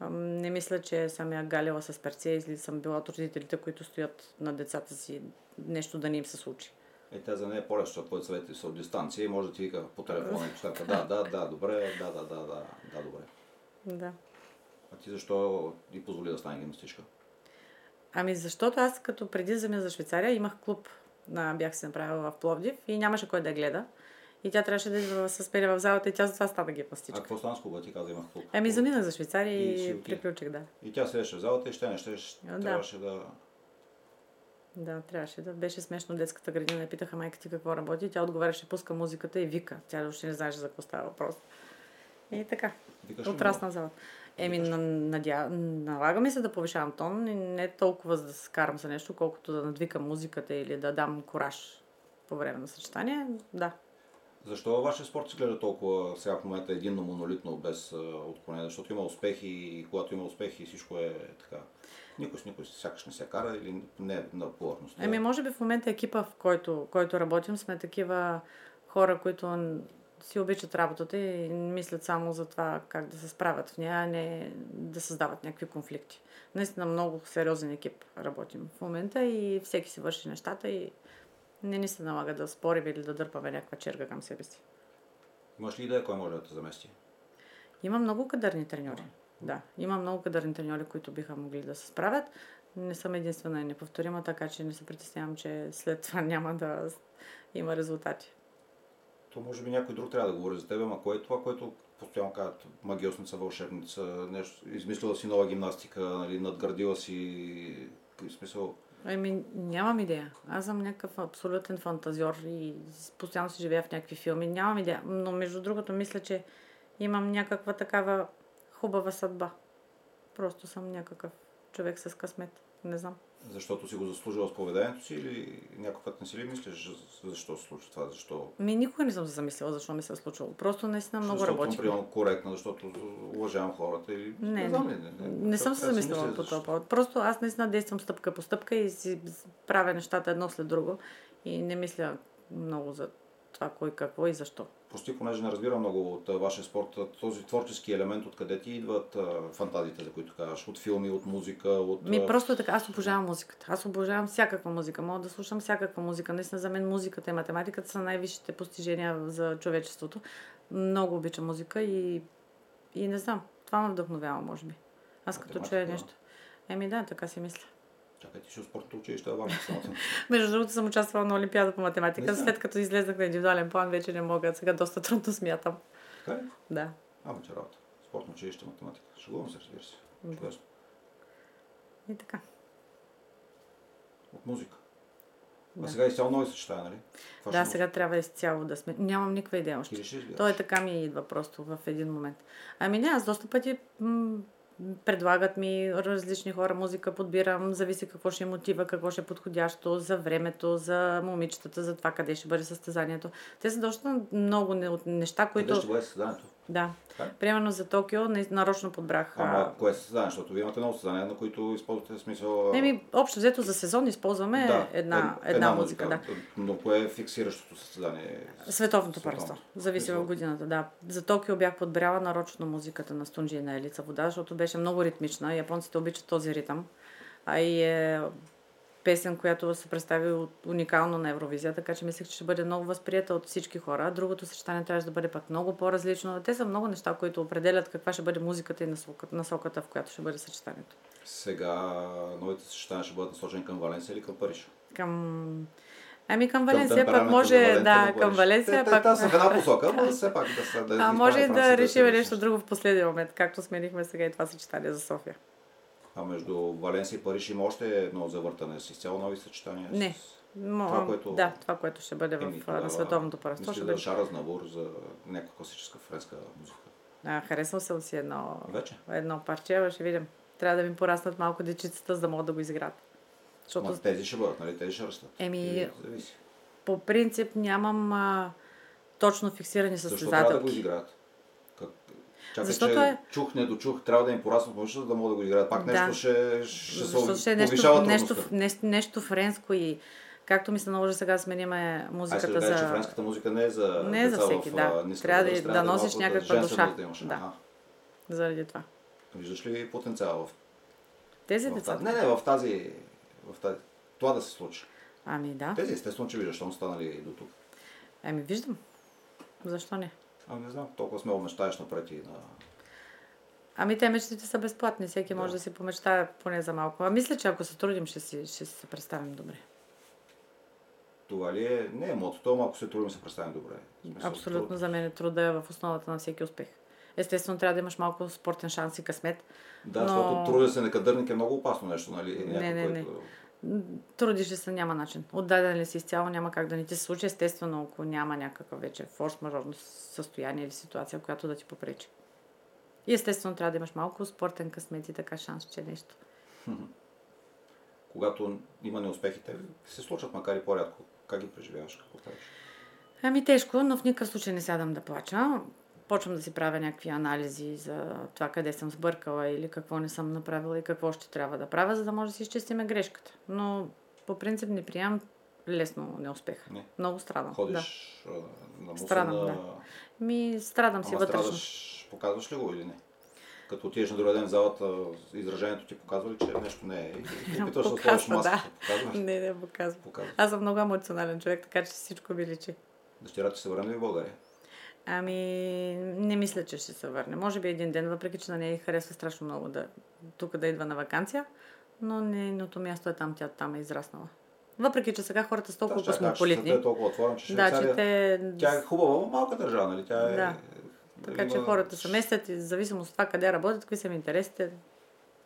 ам, не мисля, че съм я галила с перце или съм била от родителите, които стоят на децата си нещо да не им се случи. Е, тя за нея е по-лесно, защото твоите съвети са от дистанция и може да ти вика по телефона и нещата. Да, да, да, добре, да, да, да, да, да, добре. Да. А ти защо ти позволи да стане гимнастичка? Ами защото аз като преди замя за Швейцария имах клуб, на, бях се направила в Пловдив и нямаше кой да я гледа. И тя трябваше да идва с пели в залата и тя затова стана А гимнастичка. какво стана с клуба? Ти каза, имах клуб. Ами заминах за Швейцария И си и, отиде. приключих, да. И тя седеше в залата и ще не ще, ще Да. трябваше да... Да, трябваше да. Беше смешно детската градина. Я питаха майка ти какво работи. Тя отговаряше, пуска музиката и вика. Тя въобще не знаеше за какво става въпрос. И така. Викаш ли му? Отрасна зала. Еми, Викаш. на- надя... налага ми се да повишавам тон и не толкова за да се карам за нещо, колкото да надвикам музиката или да дам кораж по време на съчетание. Да. Защо във вашия спорт се гледа толкова сега в момента единно, монолитно, без а, отклонение? Защото има успехи и когато има успехи всичко е така. Никой с никой сякаш не се кара или не е на повърхност. Еми, може би в момента екипа, в който, който работим, сме такива хора, които н- си обичат работата и мислят само за това как да се справят в нея, а не да създават някакви конфликти. Наистина много сериозен екип работим в момента и всеки си върши нещата и не ни се налага да спорим или да дърпаме някаква черга към себе си. Имаш ли идея кой може да те замести? Има много кадърни треньори. Да, има много кадърни треньори, които биха могли да се справят. Не съм единствена и неповторима, така че не се притеснявам, че след това [laughs] няма да с- има резултати. То може би някой друг трябва да говори за теб, ама кое е това, което постоянно казват магиосница, вълшебница, нещо, измислила си нова гимнастика, нали, надградила си, в смисъл, Ами, нямам идея. Аз съм някакъв абсолютен фантазьор и с- постоянно си живея в някакви филми. Нямам идея. Но между другото, мисля, че имам някаква такава хубава съдба. Просто съм някакъв човек с късмет. Не знам. Защото си го заслужила с поведението си или някой път не си ли мислиш защо се случва това, защо Ми никога не съм се замислила защо ми се е случило. Просто наистина много защото работих. съм приемал коректно, защото уважавам хората и Не, не, не. знам ли, не, Не съм се Аз замисляла мисля, по защо. този повод. Просто аз наистина действам стъпка по стъпка и си правя нещата едно след друго. И не мисля много за това кой какво и защо. Прости, понеже не разбирам много от а, вашия спорт, а, този творчески елемент откъде ти идват а, фантазиите, за които казваш? От филми, от музика, от... Ми а, просто е така, аз обожавам музиката. Аз обожавам всякаква музика. Мога да слушам всякаква музика. Наистина за мен музиката и математиката са най-висшите постижения за човечеството. Много обичам музика и, и не знам. Това ме вдъхновява, може би. Аз като чуя Математика, да. нещо. Еми да, така си мисля. Чакай, ти си от спортното училище, а ваше самата. Между другото съм участвала на Олимпиада по Не математика. знам. След като излезнах на индивидуален план, вече не мога. Сега доста трудно смятам. Така ли? Да. Ама че е работа. Спортно училище, математика. Шегувам се, разбира се. Мгм. Чудесно. И така. От музика. А Да. сега изцяло нови съчетая, нали? Това да, ще сега трябва изцяло да сме. Нямам никаква идея Ти още. реши, ли? Той е така ми идва просто в един момент. Ами не, аз доста пъти м- предлагат ми различни хора, музика подбирам, зависи какво ще е мотива, какво ще е подходящо за времето, за момичетата, за това къде ще бъде състезанието. Те са доста много не- от неща, които... Къде ще бъде състезанието? Да. Така? Примерно за Токио не- нарочно подбрах... а, Ама кое е състезание? Защото вие имате много състезания, на които използвате смисъл... а, Еми, общо взето за сезон използваме да, една, е една, една музика, да. Но кое е фиксиращото състезание? Световното Световното. първенство. Зависи в Световното. годината, да. За Токио бях подбрала нарочно музиката на Стунджи и на Елица Вода, защото беше много ритмична. Японците обичат този ритъм. А и е песен, която се представи от- уникално на Евровизия, така че мислех, че ще бъде много възприета от всички хора. Другото съчетание трябваше да бъде пък много по-различно. Те са много неща, които определят каква ще бъде музиката и насока- насоката, в която ще бъде съчетанието. Сега новите съчетания ще бъдат насочени към Валенсия или към Париж? Към... Ами към Към Валенсия пък темперамента може, на Валенсия да, на към Париж. Валенсия Те- те- пък... [laughs] Те са в една посока, но все пак да са... Да А ги може изправи и да Франция, решим се нещо различни. друго в последния момент, както сменихме сега и това съчетание за София. А между Валенсия и Париж има още едно завъртане с изцяло нови съчетания. Не. С... Мо, Това, което- Да, това, което ще бъде в, Еми, а, на тогава, световното първенство. Ще Мисля, да бъде. Шара Знавур за някаква класическа френска музика. А, харесвам съм си едно, Вече? едно парче, ама ще видим. Трябва да ми пораснат малко дечицата, за да могат да го изиграят. Защото Ма тези ще бъдат, нали? Тези ще растат. Еми, Или Зависи. по принцип нямам а, точно фиксирани Защо трябва да го състезателки. изиграят? Как... Чакай, Защото че е- чух, не дочух, трябва да им пораснат момичета, за да могат да го играят. Пак Да. нещо ще, ще се Защото ще е нещо, повишава нещо, трудността. нещо, нещо френско и както ми се наложи сега да смениме Аз ще музиката кажа, за... че френската музика не е за Не е за деца всеки, в, да. а, ниска Трябва да- възраст, да носиш малко някаква женственост душа. Да имаш. Да. Аха. Заради това. Виждаш ли потенциал в, Тези в деца. тази? Не, не, в тази, в тази. Това да се случи. Ами да. Тези естествено, че виждаш, щом станали до тук. Ами виждам. Защо не? Ами не знам, толкова смело мечтаеш напред и на... Ами те мечтите са безплатни, всеки Да. може да си помечтае поне за малко. А мисля, че ако се трудим, ще си, ще си се представим добре. Това ли е? Не е мотото, ама ако се трудим се представим добре. В смисъл, Абсолютно труд. за мен е труда е в основата на всеки успех. Естествено, трябва да имаш малко спортен шанс и късмет. Да, но- защото трудя се некадърник е много опасно нещо, нали? Не, Някой, не, не. който- М, Трудиш ли се, няма начин. Отдаден ли си изцяло, няма как да не ти се случи. Естествено, ако няма някакъв вече форс-мажорно състояние или ситуация, която да ти попречи. И естествено, трябва да имаш малко спортен късмет и така шанс, че е нещо. Когато има неуспехите, се случват макар и по-рядко. Как ги преживяваш? Какво правиш? Ами тежко, но в никакъв случай не сядам да плача. Почвам да си правя някакви анализи за това къде съм сбъркала или какво не съм направила и какво ще трябва да правя, за да може да си изчистиме грешката. Но по принцип не приемам лесно неуспех. Не. Много страдам. Ходиш а, на мусор, Страдам, на... да. Да. Ми страдам си Ама вътрешно. страдаш, показваш ли го или не? Като отидеш на другия ден в залата, изражението ти показва ли, че нещо не е? [laughs] И опитваш да Показва, сложиш маската. да. Показва ли? Не, не показвам. Показва. Аз съм много емоционален човек, така че всичко ми личи. Дъщеря ти се върна ли в България? Ами, не мисля, че ще се върне. Може би един ден, въпреки че на нея й харесва страшно много да, тук да идва на вакансия, но нейното място е там, тя там е израснала. Въпреки, че сега хората са Да, толкова ще кажа, че космополитни. света е толкова отворен, че да, Швейцария... че те... Тя е хубава, но малка държава, нали? Тя е... Да. Така че има- хората се местят и в зависимост от това къде работят, какви са им интересите,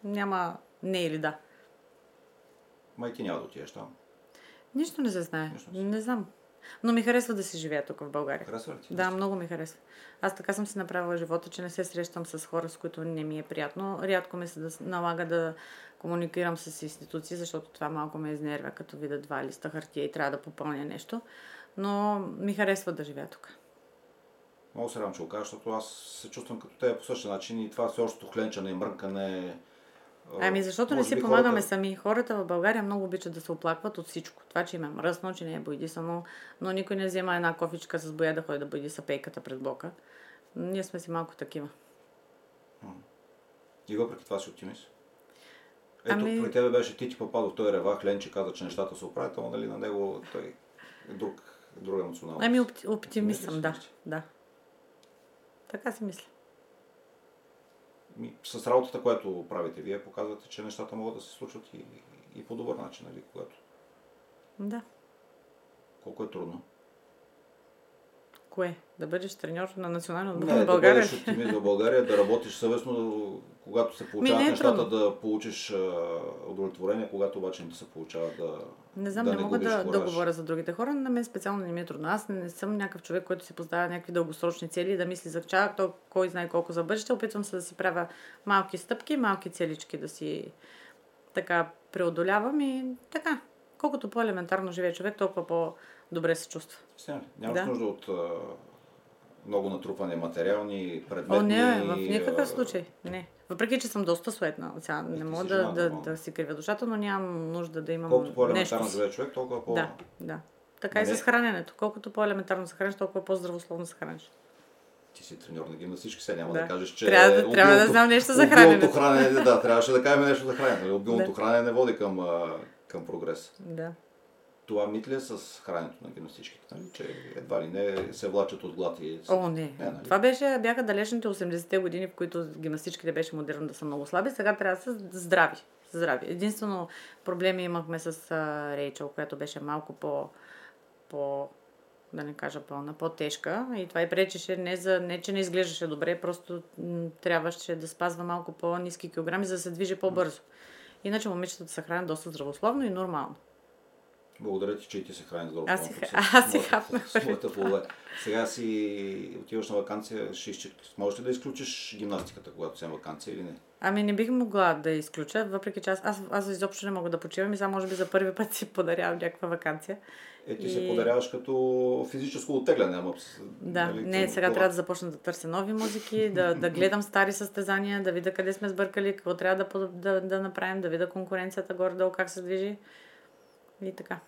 няма не или да. Ма и ти няма да отидеш там. Нищо не се знае. Нищо не се Не знам. Но ми харесва да си живея тук в България. Харесва ли ти? Да, много ми харесва. Аз така съм си направила живота, че не се срещам с хора, с които не ми е приятно. Рядко ми се да с- налага да комуникирам с институции, защото това малко ме изнервя, като видя два листа хартия и трябва да попълня нещо. Но ми харесва да живея тук. Много се радвам, че го кажа, защото аз се чувствам като те по същия начин и това все още хленчане и мрънкане. а, Ами защото не може си би помагаме хората- сами. Хората в България много обичат да се оплакват от всичко. Това, че им е мръсно, че не е боядисано, но никой не взема една кофичка с боя да ходи да боядиса пейката пред блока. Ние сме си малко такива. И въпреки това си оптимист. Ето, Ами- при тебе беше Тити Пападов, той рева, Хленче каза, че нещата се оправят, ама нали на него той е друг, друга националност. Ами опти- оптимист Мислиш съм, да. ли си? да. Така си мисля. Ми, С работата, която правите вие, показвате, че нещата могат да се случват и, и по добър начин, нали, когато. Да. Колко е трудно. Кое? Да бъдеш треньор на националния отбор Не, на да България? бъдеш оптимист в България, да работиш съвестно, да- когато се получават не е нещата, трудно. да получиш а, удовлетворение, когато обаче не ти се получава да Не знам, да не, мога губиш да, да кораж. говоря за другите хора. На мен специално не ми е трудно. Аз не съм някакъв човек, който си поставя някакви дългосрочни цели и да мисли за чак, то кой знае колко за бъдеще. Опитвам се да си правя малки стъпки, малки целички да си така преодолявам и така. Колкото по-елементарно живее човек, толкова по-добре се чувства. Сега, нямаш Да. нужда от а, много натрупане материални предметни... О, не, в никакъв а, случай. Не. Въпреки, че съм доста суетна. Сега ти не си мога да, жена, да, нормално. да си кривя душата, но нямам нужда да имам Колкото нещо. по-елементарно си. живее човек, толкова по... Да, да. Така и Не. с храненето. Колкото по-елементарно се храниш, толкова по-здравословно се храниш. Ти си треньор на гимнастички, сега няма да, Да. кажеш, че... Трябва да- трябва да обилното- знам нещо за обилното храненето. хранене, да, трябваше да кажем нещо за храненето. Обилното Да. хранене не води към, а, към прогрес. Да. Това митля е с храненето на гимнастичките, нали? че едва ли не се влачат от глад и... О, не. Не, нали? Това беше, бяха далечните 80-те години, в които гимнастичките беше модерно да са много слаби. Сега трябва да са здрави. здрави. Единствено проблеми имахме с а, Рейчел, която беше малко по, по да не кажа пълна, по-тежка. И това и пречеше не, за, не че не изглеждаше добре, просто м, трябваше да спазва малко по-низки килограми, за да се движи по-бързо. Иначе момичетата се хранят доста здравословно и нормално. Благодаря ти, че и ти се храни здраво. Аз си Пълно ха- с- аз си с- хапнах С преди моята плове. Сега си отиваш на вакансия, ще изчек... можеш ли да изключиш гимнастиката, когато си на вакансия или не? Ами не бих могла да изключа, въпреки че аз, аз, аз изобщо не мога да почивам и сега може би за първи път си подарявам някаква вакансия. Е, ти И- се подаряваш като физическо оттегляне, ама... с- Да, нали, не, към- сега това- трябва да започна да търся нови музики, да, да гледам стари състезания, да видя къде сме сбъркали, какво трябва да, под- да, да направим, да видя конкуренцията горе-долу, как се движи. И така.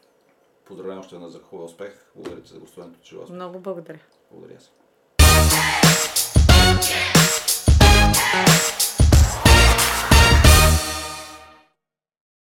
Поздравявам още на за хубав успех. Благодаря ти за гостуването, че вас. Много благодаря. Благодаря се.